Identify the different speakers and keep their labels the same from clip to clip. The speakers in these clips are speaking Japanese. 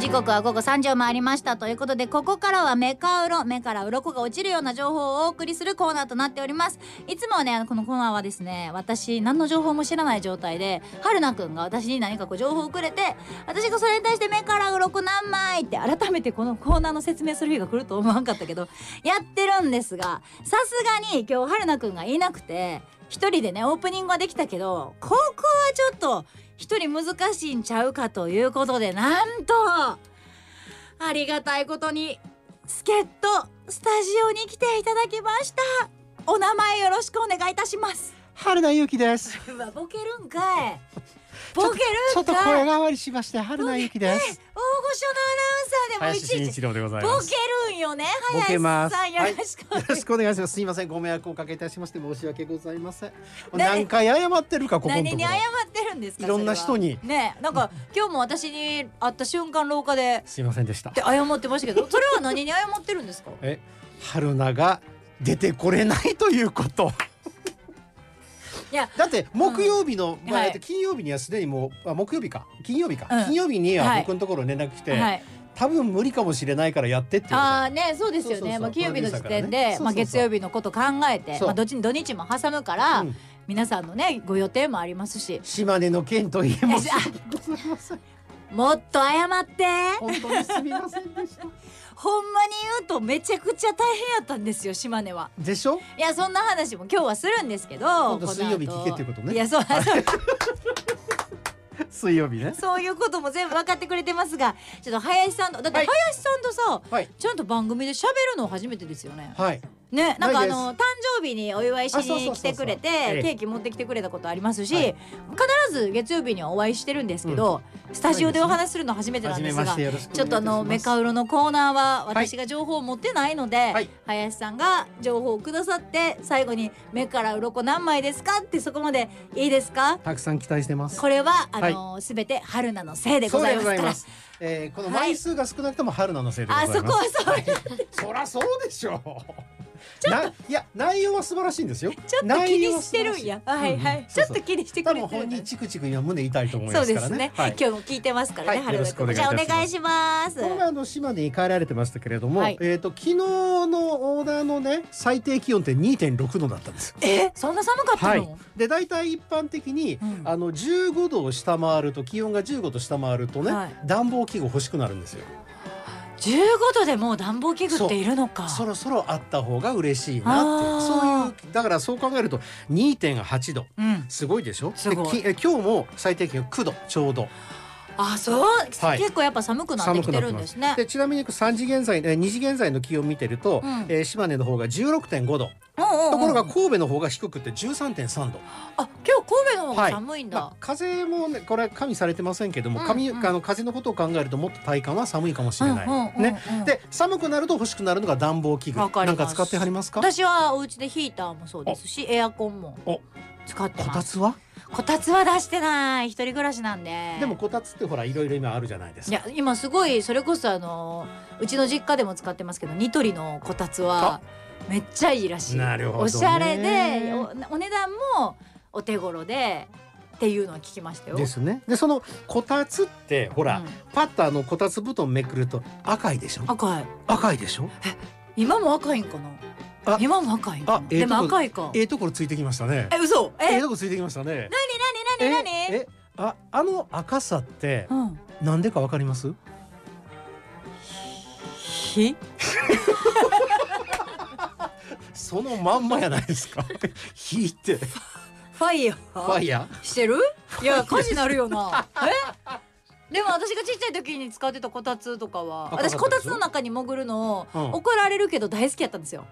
Speaker 1: 時刻は午後3時を回りましたということでここからはメカウロ目から鱗が落ちるような情報をお送りするコーナーとなっておりますいつもねあのこのコーナーはですね私何の情報も知らない状態で春菜くんが私に何かこう情報をくれて私がそれに対して目から鱗何枚って改めてこのコーナーの説明する日が来ると思わんかったけどやってるんですがさすがに今日春菜くんがいなくて一人でねオープニングはできたけどここはちょっと一人難しいんちゃうかということでなんとありがたいことに助っ人スタジオに来ていただきましたお名前よろしくお願いいたします
Speaker 2: 春田ゆきです。
Speaker 1: うわボケるんかいボケ
Speaker 2: ち
Speaker 1: る
Speaker 2: ょっ
Speaker 1: ん
Speaker 2: と
Speaker 1: か
Speaker 2: 声
Speaker 1: い
Speaker 2: 変わりしまして、春田ゆきです。
Speaker 1: 大御所のアナウン
Speaker 3: 林
Speaker 1: サー
Speaker 3: 真
Speaker 1: でもいちい
Speaker 3: 一
Speaker 1: ち
Speaker 3: 郎でござい
Speaker 1: ボ
Speaker 3: ます。
Speaker 1: ケるんよね
Speaker 2: ボケ
Speaker 1: 林
Speaker 2: ます
Speaker 1: さんよろしくお願い
Speaker 2: よろしくお願いします。すいません、ご迷惑をおかけいたしまして、申し訳ございません。
Speaker 1: 何
Speaker 2: 何回謝ってるか、ここのと
Speaker 1: 何
Speaker 2: こ
Speaker 1: に謝ってるんですか
Speaker 2: いろんな人に
Speaker 1: それはねえなんか今日も私に会った瞬間廊下です
Speaker 3: いませんでした
Speaker 1: って。謝ってましたけどそれは何に謝ってるんですか
Speaker 3: え、
Speaker 2: 春菜が出てこれないということ。
Speaker 1: いや
Speaker 2: だって木曜日の、
Speaker 1: うん
Speaker 2: まあ
Speaker 1: はい
Speaker 2: えっと金曜日にはすでにもうあ木曜日か金曜日か、
Speaker 1: うん
Speaker 2: 金曜日に
Speaker 1: は
Speaker 2: はい僕のところ連絡来て、
Speaker 1: はい
Speaker 2: 多分無理かもしれないからやってって言わ
Speaker 1: ああねそうですよ
Speaker 2: そうそう
Speaker 1: ね
Speaker 2: そう
Speaker 1: まあ金曜日の時点
Speaker 2: プロデューサーから
Speaker 1: で
Speaker 2: ね
Speaker 1: まあ
Speaker 2: そうそう
Speaker 1: 月
Speaker 2: そう
Speaker 1: 曜日のこと考えて
Speaker 2: そう
Speaker 1: まあどっち土日も挟むか
Speaker 2: れた
Speaker 1: ら
Speaker 2: うん
Speaker 1: 皆さんのねご予定もありますし
Speaker 2: 島根の件といえも
Speaker 1: いや
Speaker 2: ございません
Speaker 1: もっと謝って
Speaker 2: 本当にすみませんでした
Speaker 1: ほんまに言うとめちゃくちゃ大変やったん ですよ島根は
Speaker 2: でしょ
Speaker 1: いやそんな話も今日はするんですけど
Speaker 2: 度水曜日聞けっていうことね
Speaker 1: いやそう
Speaker 2: 水曜日ね
Speaker 1: そういうことも全部分かってくれてますがちょっと林さんとだって
Speaker 2: はい
Speaker 1: 林さんとさ、
Speaker 2: はい
Speaker 1: ちゃんと番組で喋るの初めてですよね。
Speaker 2: はい
Speaker 1: ねなんかあ
Speaker 2: ない
Speaker 1: の誕生日にお祝いし
Speaker 2: あそうそう
Speaker 1: に
Speaker 2: そう
Speaker 1: 来
Speaker 2: そう
Speaker 1: てくれて
Speaker 2: ええ
Speaker 1: ケーキ持ってきてくれたことありますし、
Speaker 2: はい
Speaker 1: 必ず月曜日にはお会いしてるんですけど、スタジオでお話しするの初めてなん
Speaker 2: 初
Speaker 1: で
Speaker 2: め
Speaker 1: す
Speaker 2: ま
Speaker 1: が
Speaker 2: してよろしくお
Speaker 1: ちょ
Speaker 2: 願
Speaker 1: っと
Speaker 2: いいた
Speaker 1: あ
Speaker 2: し
Speaker 1: の
Speaker 2: ま
Speaker 1: メ
Speaker 2: す
Speaker 1: カウロのコーナーは私が情報を持ってないので、
Speaker 2: はい
Speaker 1: 林さんが情報をくださって最後に「目から鱗何枚ですか?」ってそこまで「いいですか?」
Speaker 2: たくさん期待してます
Speaker 1: これはあのすべて春菜のせいでございます
Speaker 2: そう
Speaker 1: か
Speaker 2: で
Speaker 1: ら。
Speaker 2: えーこの枚数が少なくとも春菜のせいでござ
Speaker 1: あ
Speaker 2: います
Speaker 1: そこはそう、
Speaker 2: そらそうでしょうないや内容は素晴らしいんですよ
Speaker 1: ちょっと気にしてるんや。は
Speaker 2: 内容
Speaker 1: い
Speaker 2: は素晴らし
Speaker 1: はい、
Speaker 2: うんうん
Speaker 1: ち
Speaker 2: そ
Speaker 1: ょ
Speaker 2: う
Speaker 1: っ
Speaker 2: そ
Speaker 1: と
Speaker 2: う
Speaker 1: 気にしてく
Speaker 2: 多
Speaker 1: れ
Speaker 2: 分
Speaker 1: てる
Speaker 2: 本
Speaker 1: んだ
Speaker 2: 人チクチク今胸痛いと思い
Speaker 1: そ
Speaker 2: ま
Speaker 1: う
Speaker 2: す
Speaker 1: で
Speaker 2: から
Speaker 1: すね
Speaker 2: ね。はい
Speaker 1: 今日も聞いてますからね、
Speaker 2: はい
Speaker 1: 春菜
Speaker 3: よ
Speaker 1: 君。
Speaker 3: ろし
Speaker 1: じ
Speaker 3: く
Speaker 1: ゃあ
Speaker 3: お
Speaker 1: お
Speaker 3: 願いいたし
Speaker 1: 願
Speaker 3: ま
Speaker 1: い
Speaker 3: す
Speaker 1: します。
Speaker 2: この前あの島根に帰られてましたけれども、
Speaker 1: はい
Speaker 2: えっ、と昨日のオーダーのね最低気温って2.6度だったんです。
Speaker 1: え、そんな寒かった
Speaker 2: はい
Speaker 1: の？。
Speaker 2: で大体一般的に、
Speaker 1: うん
Speaker 2: あの15度を下回ると気温が15度下回るとね、
Speaker 1: はい
Speaker 2: 暖房器具欲しくなるんですよ。
Speaker 1: 十、五、度でもう暖房器具っているのか。
Speaker 2: そろそろあった方が嬉しいなってい
Speaker 1: あー
Speaker 2: うそういうだからそう考えると2.8度
Speaker 1: うん。
Speaker 2: すごいでしょ。
Speaker 1: すごい
Speaker 2: できえ今日も最低気温9度ちょうど。
Speaker 1: あ、そう、
Speaker 2: はい
Speaker 1: 結構やっぱ寒くなってきてるんですね。
Speaker 2: でちなみに3時現在えー2時現在の気温見てると、
Speaker 1: うん
Speaker 2: えー島根の方が16.5度
Speaker 1: うんうんうん
Speaker 2: ところが神戸の方が低くて13.3度、
Speaker 1: あ、今日神戸の方が
Speaker 2: はい
Speaker 1: 寒いんだ。
Speaker 2: まあ、風もねこれ加味されてませんけども、
Speaker 1: うん
Speaker 2: 神
Speaker 1: うん
Speaker 2: あの風のことを考えるともっと体感は寒いかもしれない、
Speaker 1: うんうんうんうん
Speaker 2: ねで寒くなると欲しくなるのが暖房器具
Speaker 1: わかり
Speaker 2: な
Speaker 1: ま
Speaker 2: ん
Speaker 1: す
Speaker 2: か使ってはりますか
Speaker 1: 私はお家でヒーターもそうですし、エアコンも
Speaker 2: お
Speaker 1: 使って
Speaker 2: こ
Speaker 1: ま
Speaker 2: た
Speaker 1: す。
Speaker 2: つは
Speaker 1: こたつは出してない、一人暮らしなんで。
Speaker 2: でも。こたつってほらいろいろ今あるじゃないです
Speaker 1: い
Speaker 2: か
Speaker 1: や今すごいそれこそあのうちの実家でも使ってますけどニトリのこたつはめっちゃいいらしい
Speaker 2: なるほどね
Speaker 1: おしゃれでおお値段もお手頃でっていうのは聞きましたよ
Speaker 2: ですねでそのこたつってほら、
Speaker 1: うん
Speaker 2: パッとあのこたつ布団めくると赤いでしょ
Speaker 1: 赤い
Speaker 2: 赤いでしょ
Speaker 1: 今も赤いんかな
Speaker 2: あ
Speaker 1: 今も赤いんかな
Speaker 2: あええ
Speaker 1: でも
Speaker 2: とこ
Speaker 1: 赤いか
Speaker 2: ええところついてきましたね
Speaker 1: え嘘
Speaker 2: え
Speaker 1: え
Speaker 2: えとこついてきましたね
Speaker 1: 何何
Speaker 2: え
Speaker 1: 何
Speaker 2: えああの赤さって
Speaker 1: うん
Speaker 2: なんでかわかります
Speaker 1: 火
Speaker 2: そのまんまやないです か火ってフ
Speaker 1: ファイヤ
Speaker 2: ァ
Speaker 1: ー
Speaker 2: イヤ
Speaker 1: してるいや火事なるよ なえでも私がちっちゃい時に使ってたこたつとかは
Speaker 2: 赤かったで
Speaker 1: 私
Speaker 2: しょ
Speaker 1: こたつの中に潜るのを
Speaker 2: ー、うん
Speaker 1: 怒られるけど大好きやったんですよ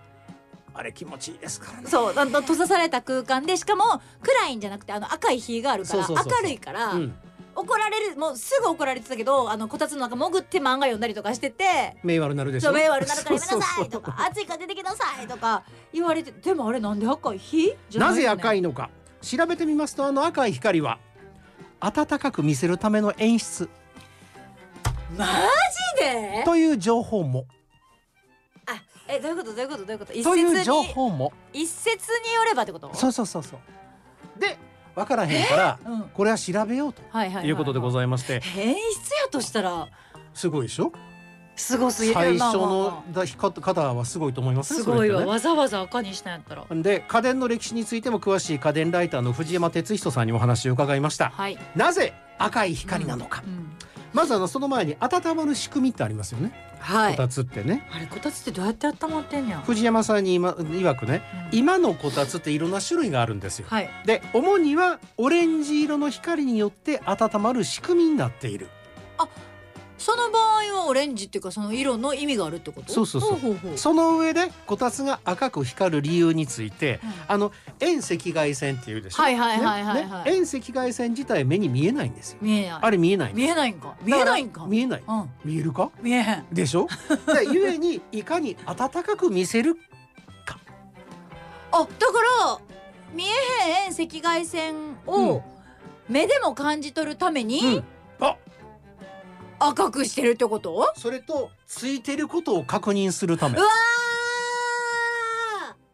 Speaker 2: あれ気持ちいいですからね
Speaker 1: そうあの閉ざされた空間でしかも暗いんじゃなくてあの赤い火があるから
Speaker 2: そうそうそうそう
Speaker 1: 明るいから、
Speaker 2: うん、
Speaker 1: 怒られるもうすぐ怒られてたけどあのこたつの中潜って漫画読んだりとかしてて
Speaker 2: 名悪な
Speaker 1: 「
Speaker 2: るでし
Speaker 1: ちょ
Speaker 2: ょ
Speaker 1: 迷惑になるからやめなさ
Speaker 2: そう
Speaker 1: い」
Speaker 2: そ
Speaker 1: と
Speaker 2: うそう
Speaker 1: か「暑いから出てきなさい」とか言われてでもあれなんで赤い火じゃ
Speaker 2: ないぜ赤
Speaker 1: い
Speaker 2: いのか調べてみますとあの赤い光は暖かく見せるための演出
Speaker 1: マジで
Speaker 2: という情報も
Speaker 1: あえどういうことどういうことどういうこと一
Speaker 2: と
Speaker 1: 説
Speaker 2: いう情
Speaker 1: に
Speaker 2: 報も
Speaker 1: 一説によればってこと
Speaker 2: そうそうそうそうでわからへんから
Speaker 1: うんはい
Speaker 2: これは調べようと
Speaker 1: はいはい、はい
Speaker 2: いうことでご
Speaker 1: い
Speaker 2: ざいまして
Speaker 1: 変質やとしたら
Speaker 2: すごいでしょ
Speaker 3: すごすぎる
Speaker 2: 最
Speaker 3: まあ
Speaker 2: 初
Speaker 3: まあまあ
Speaker 2: のだ光方はすごいと思いますね
Speaker 3: すごい
Speaker 2: それ
Speaker 3: わ
Speaker 2: ってね
Speaker 3: わざわざ赤にしたんやったら
Speaker 2: で家電の歴史についても詳しい家電ライターの藤山哲人さんにお話を伺いました
Speaker 3: はい
Speaker 2: なぜ赤い光なのか、
Speaker 1: うん
Speaker 2: まずあのその前に温まる仕組みってありますよね、
Speaker 3: は
Speaker 2: こたつってね
Speaker 3: あれこたつってどうやって温まってんねや
Speaker 2: 藤山さんに今曰くね
Speaker 3: うん
Speaker 2: 今のこたつっていろんな種類があるんですよ
Speaker 3: はい
Speaker 2: で主にはオレンジ色の光によって温まる仕組みになっている
Speaker 3: その場合はオレンジっていうかその色の意味があるってこと
Speaker 2: そうそうそう
Speaker 3: ほうほうほう
Speaker 2: その上でこたつが赤く光る理由について
Speaker 3: うん
Speaker 2: あの遠赤外線っていうでしょ
Speaker 3: はいはいはいはいはい
Speaker 2: ねね遠赤外線自体目に見えないんですよ
Speaker 3: 見えない
Speaker 2: あれ見えないんで
Speaker 3: 見
Speaker 2: す
Speaker 3: えないんか見
Speaker 2: だ
Speaker 3: え
Speaker 2: から
Speaker 3: ないんか
Speaker 2: 見えない
Speaker 3: うん
Speaker 2: 見えるか
Speaker 3: 見えへん
Speaker 2: でしょでゆえにいかに暖かく見せる
Speaker 1: あだから見えへん遠赤外線
Speaker 2: う
Speaker 1: を
Speaker 2: ん
Speaker 1: 目でも感じ取るため
Speaker 2: う
Speaker 1: に
Speaker 2: んあ
Speaker 1: 赤くしてるってこと、
Speaker 2: それとついてることを確認するため
Speaker 1: うわ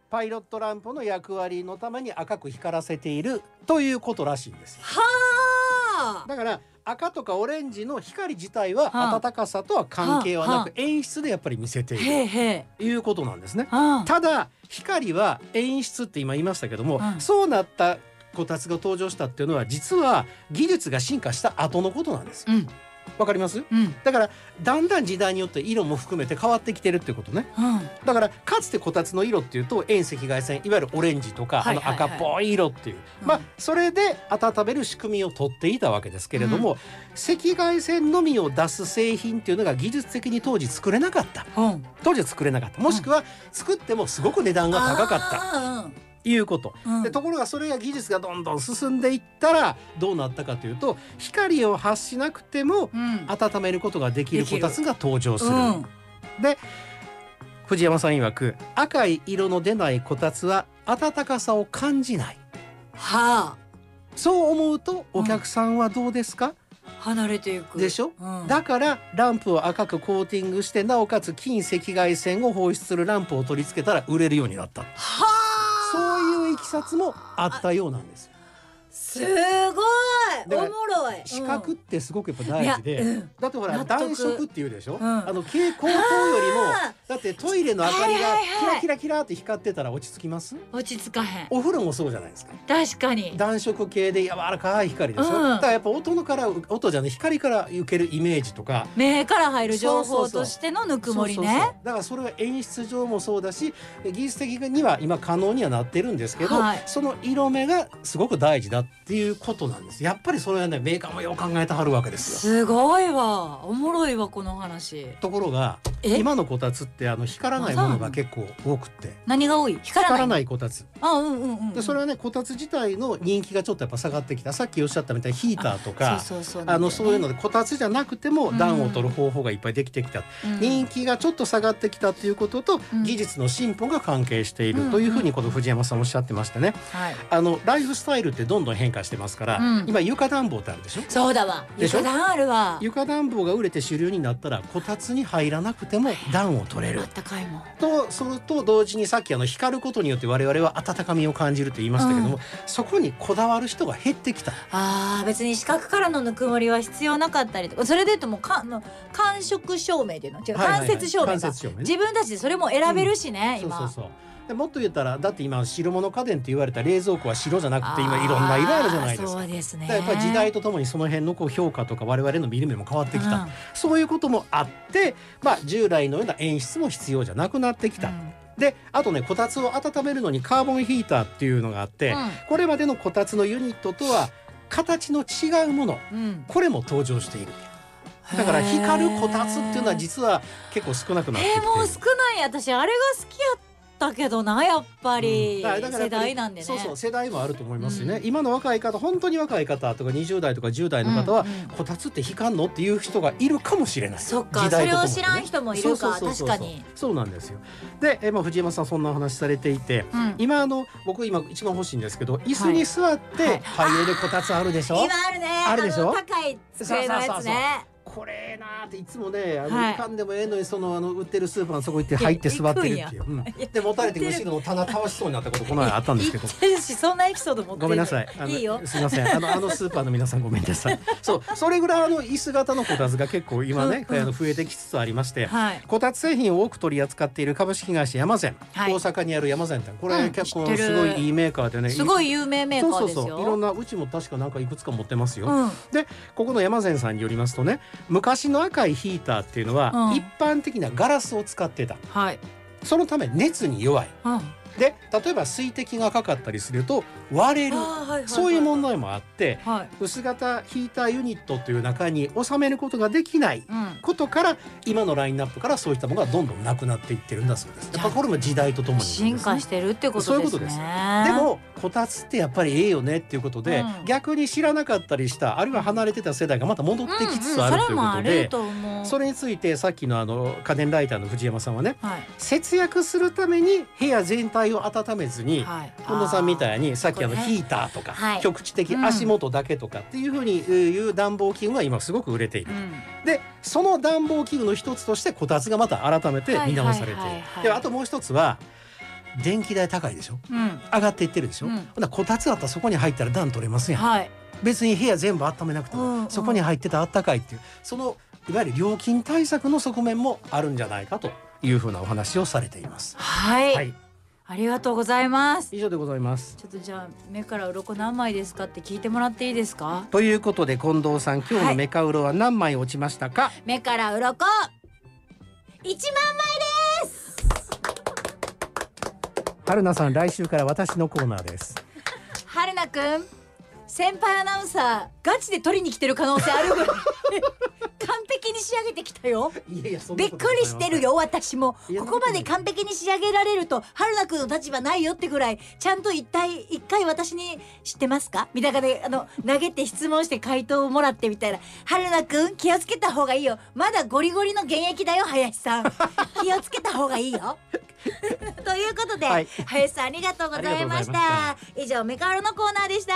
Speaker 2: パイロットランプの役割のために赤く光らせているということらしいんですよ
Speaker 1: ーは
Speaker 2: だから赤とかオレンジの光自体は
Speaker 3: はあ
Speaker 2: 暖かさとは関係はな
Speaker 3: は
Speaker 2: く演出でやっぱり見せている
Speaker 3: へえへえ
Speaker 2: ということなんですね。
Speaker 3: あ
Speaker 2: ただ光は演出って今言いましたけども、
Speaker 3: うん
Speaker 2: そうなったこたつが登場したっていうのは実は技術が進化した後のことなんですよ。
Speaker 3: うん
Speaker 2: わかります
Speaker 3: うんうん
Speaker 2: だからだんだん時代によって色も含めて変わってきてるってことねだからかつてこたつの色っていうと遠赤外線いわゆるオレンジとか、
Speaker 3: はいはいはい
Speaker 2: あの赤っぽい色っていう、
Speaker 3: うん
Speaker 2: まあそれで温める仕組みを取っていたわけですけれども、赤外線のみを出す製品っていうのが技術的に当時作れなかった
Speaker 3: うん
Speaker 2: 当時は作れなかったもしくは作ってもすごく値段が高かっ
Speaker 3: た
Speaker 2: たいうこと
Speaker 3: うん
Speaker 2: でところがそれが技術がどんどん進んでいったらどうなったかというと光を発しなくても
Speaker 3: うん
Speaker 2: 温めることができるこたつが登場する。
Speaker 3: うん
Speaker 2: 藤山さん曰く赤い色の出ないこたつは暖かさを感じない
Speaker 3: はあ
Speaker 2: そう思うとお客さんはどうですか、
Speaker 3: 離れていく
Speaker 2: でしょ
Speaker 3: うん
Speaker 2: だからランプを赤くコーティングしてなおかつ近赤外線を放出するランプを取り付けたら売れるようになった
Speaker 3: はあ
Speaker 2: そういういきさつもあったようなんですよ
Speaker 3: すごい
Speaker 2: だから
Speaker 3: おもろい
Speaker 2: 視覚ってすごくやっぱ
Speaker 3: い
Speaker 2: 大
Speaker 3: や
Speaker 2: 事で、
Speaker 3: うん
Speaker 2: だってほら
Speaker 3: 納得
Speaker 2: 暖色っていうでし
Speaker 3: う
Speaker 2: ょ、
Speaker 3: ん
Speaker 2: あの蛍光灯よりも
Speaker 3: あ
Speaker 2: だってトイレの明かりが
Speaker 3: はいはい
Speaker 2: キ
Speaker 3: は
Speaker 2: ラ
Speaker 3: い
Speaker 2: キラキラって光ってたら落ち着きます
Speaker 3: 落ち着かへん
Speaker 2: お風呂もそうじゃないですか
Speaker 3: 確かに
Speaker 2: 暖色系で柔らかい光でしょ、
Speaker 3: うん
Speaker 2: だからやっぱ音のから音じゃない光から受けるイメージとか
Speaker 3: 目から入る情
Speaker 2: そうそ
Speaker 3: 報
Speaker 2: うそう
Speaker 3: としてのぬくもり
Speaker 2: そうそうそ
Speaker 3: ね
Speaker 2: うだからそれは演出上もそうだし技術的には今可能にはなってるんですけど、
Speaker 3: はい
Speaker 2: その色目がすごく大事だっていうことなんですやっぱりそれはねメーカーもよう考えてはるわけですよ
Speaker 3: すごいわおもろいわこの話
Speaker 2: ところが
Speaker 3: え
Speaker 2: 今のこたつってあの光らないものが結構多くって
Speaker 1: 何が多い光ら
Speaker 2: 光
Speaker 1: な
Speaker 2: ら
Speaker 1: い
Speaker 2: ないこたつ
Speaker 1: あうんうんうん
Speaker 2: でそれはねこたつ自体の人気がちょっとやっぱ下がってきたさっきおっしゃったみたいにヒーターとか
Speaker 3: そうそうそう
Speaker 2: あのそういうのでこたつじゃなくても
Speaker 3: うん
Speaker 2: 暖を取る方法がいっぱいできてきた、人気がちょっと下がってきたということと、
Speaker 1: うん
Speaker 2: 技術の進歩が関係している
Speaker 3: うん
Speaker 2: というふうにこの藤山さんおっしゃってましたね、
Speaker 3: はい
Speaker 2: あのライフスタイルってどんどん変化してますから、
Speaker 1: うん
Speaker 2: 今床暖房ってあるでしょ
Speaker 3: そうだわ
Speaker 2: でしょ
Speaker 3: 床暖あるわ
Speaker 2: 床暖房が売れて主流になったらこたつに入らなくても暖を取れ
Speaker 3: あ
Speaker 2: る
Speaker 3: ったかいもん
Speaker 2: とそれと同時にさっきあの光ることによって我々は温かみを感じると言いましたけども、そこにこだわる人が減ってきた
Speaker 1: あー別に視覚からのぬくもりは必要なかったりとかそれで言うともうかの感触照明っていうの違う、
Speaker 2: はいはいはい
Speaker 1: 間接照明
Speaker 2: 間
Speaker 1: か
Speaker 2: 接照明ね
Speaker 1: 自分たちでそれも選べるしね、
Speaker 2: そう
Speaker 1: 今
Speaker 2: そうそうでもっと言ったらだって今白物家電って言われた冷蔵庫は白じゃなくて今いろんな色あるじゃないです
Speaker 3: あー
Speaker 2: か
Speaker 3: そうですね
Speaker 2: だからやっぱり時代とともにその辺のこう評価とか我々の見る目も変わってきた、
Speaker 3: うん
Speaker 2: そういうこともあって、まあ、従来のような演出も必要じゃなくなってきた、
Speaker 3: うん
Speaker 2: であとねこたつを温めるのにカーボンヒーターっていうのがあって、
Speaker 1: うん
Speaker 2: これまでのこたつのユニットとは形の違うもの
Speaker 3: うん
Speaker 2: これも登場しているだから光るこたつっていうのは
Speaker 3: へー
Speaker 2: 実は結構少なくなってきて
Speaker 3: え
Speaker 2: い
Speaker 3: ー、
Speaker 2: る、
Speaker 3: もう少ない私あれが好きやったけどなやっぱり、
Speaker 2: だからだから
Speaker 3: 世
Speaker 2: やっぱり
Speaker 3: 代なんでね
Speaker 2: そうそう世代もあると思いますしね、
Speaker 3: うん
Speaker 2: 今の若い方本当に若い方とか20代とか10代の方は、
Speaker 3: うんうん
Speaker 2: こたつって光んのっていう人がいるかもしれない
Speaker 3: そっか
Speaker 2: 時代とともにね
Speaker 1: それを知らん人もいるか
Speaker 2: そうそうそうそう
Speaker 1: 確かに
Speaker 2: そうなんですよで、えまあ、藤山さんそんなお話されていて
Speaker 1: うん
Speaker 2: 今あの僕今一番欲しいんですけど椅子に座って、
Speaker 3: はい
Speaker 2: ハイエーでこたつあるでしょ、
Speaker 1: 今あるね
Speaker 2: あるでしょ
Speaker 1: の高い机のやつね
Speaker 2: これなーっていつもねあの
Speaker 3: はい
Speaker 2: 行かんでもええのにそのあの売ってるスーパーのそこ行って入って
Speaker 3: いや
Speaker 2: 座ってるっていう、うんで持たれて後ろの棚倒しそうになったことこの前あったんですけど
Speaker 3: 言ってるしそんなエピソード持って
Speaker 2: ごめんなさい。あの
Speaker 3: いいよ
Speaker 2: すみません。あのあのスーパーの皆さんごめん なさい。そう、それぐらいあの椅子型のこたつが結構今ね、
Speaker 3: うんうん
Speaker 2: あの増えてきつつありまして。
Speaker 3: はい
Speaker 2: こたつ製品を多く取り扱っている株式会社山善、
Speaker 3: はい
Speaker 2: 大阪にある山善店これ、
Speaker 3: うん
Speaker 2: 結構
Speaker 3: 知ってる
Speaker 2: すごいいいメーカーでね
Speaker 3: すごい有名メーカーですよ
Speaker 2: そうそうそういろんなうちも確かなんかいくつか持ってますよ、
Speaker 3: うん
Speaker 2: でここの山善さんによりますとね昔の赤いヒーターっていうのは、
Speaker 3: うん
Speaker 2: 一般的なガラスを使ってた
Speaker 3: はい、
Speaker 2: そのため熱に弱い
Speaker 3: うんあ
Speaker 2: で例えば水滴がかかったりすると割れる
Speaker 3: ーはいはいはい
Speaker 2: そういう問題もあって
Speaker 3: はい
Speaker 2: 薄型ヒーターユニットという中に収めることができない
Speaker 1: うん
Speaker 2: ことから今のラインナップからそういったものがどんどんなくなっていってるんだそうです。やっぱこれも時代とともにですね
Speaker 1: 進化してるってことですね
Speaker 2: そういうことですでもこたつってやっぱりええよねっていうことで、
Speaker 1: うん
Speaker 2: 逆に知らなかったりしたあるいは離れてた世代がまた戻ってきつつある
Speaker 1: そ
Speaker 2: ということ
Speaker 1: れもある
Speaker 2: で、
Speaker 1: と思う
Speaker 2: それについてさっきのあの家電ライターの藤山さんはね
Speaker 1: はい
Speaker 2: 節約するために部屋全体を温めずに、
Speaker 3: はい
Speaker 2: 近藤さんみたいにさっきあの
Speaker 1: これ
Speaker 2: ヒ
Speaker 1: ね
Speaker 2: ーターとか
Speaker 1: はい
Speaker 2: 局地的足元だけとかっていうふうにいう暖房器具が今すごく売れている
Speaker 1: う。ん
Speaker 2: でその暖房器具の一つとしてこたつがまた改めて見直されている
Speaker 1: はいはいはいはい
Speaker 2: であともう一つは電気代高いでしょ
Speaker 1: うん
Speaker 2: 上がっていってるでしょ、
Speaker 1: うん
Speaker 2: ほなこたつあったらそこに入ったら暖取れますやん、
Speaker 3: はい
Speaker 2: 別に部屋全部温めなくても、
Speaker 3: うんうん
Speaker 2: そこに入ってたらあったかいっていうそのいわゆる料金対策の側面もあるんじゃないかというふうなお話をされています。
Speaker 1: はい、
Speaker 2: はい、
Speaker 1: ありがとうございます
Speaker 2: 以上でございます
Speaker 1: ちょっとじゃあ目から鱗何枚ですかって聞いてもらっていいですか
Speaker 2: ということで近藤さん今日
Speaker 1: は
Speaker 2: の
Speaker 1: い
Speaker 2: メカウロは何枚落ちましたか、
Speaker 1: 目から鱗一万枚です
Speaker 2: 春菜さん来週から私のコーナーです
Speaker 1: 春菜くん
Speaker 3: 先輩アナウンサーガチで取りに来てる可能性あるぐ らい完璧に仕上げてきたよ
Speaker 2: いやいやそん
Speaker 3: び
Speaker 2: な
Speaker 3: っ
Speaker 2: こと
Speaker 3: くりしてるよ私も
Speaker 2: いや
Speaker 3: ここまで完璧に仕上げられると春菜くんの立場ないよってぐらいちゃんと一体一回私に知ってますかみたいな感じであの投げて質問して回答をもらってみたいな春菜くん気をつけた方がいいよまだゴリゴリの現役だよ林さん 気をつけた方がいいよ ということで、
Speaker 2: はい
Speaker 3: 林さんありがとうございました
Speaker 2: ありがとうございま
Speaker 3: 以上メカオロのコーナーでした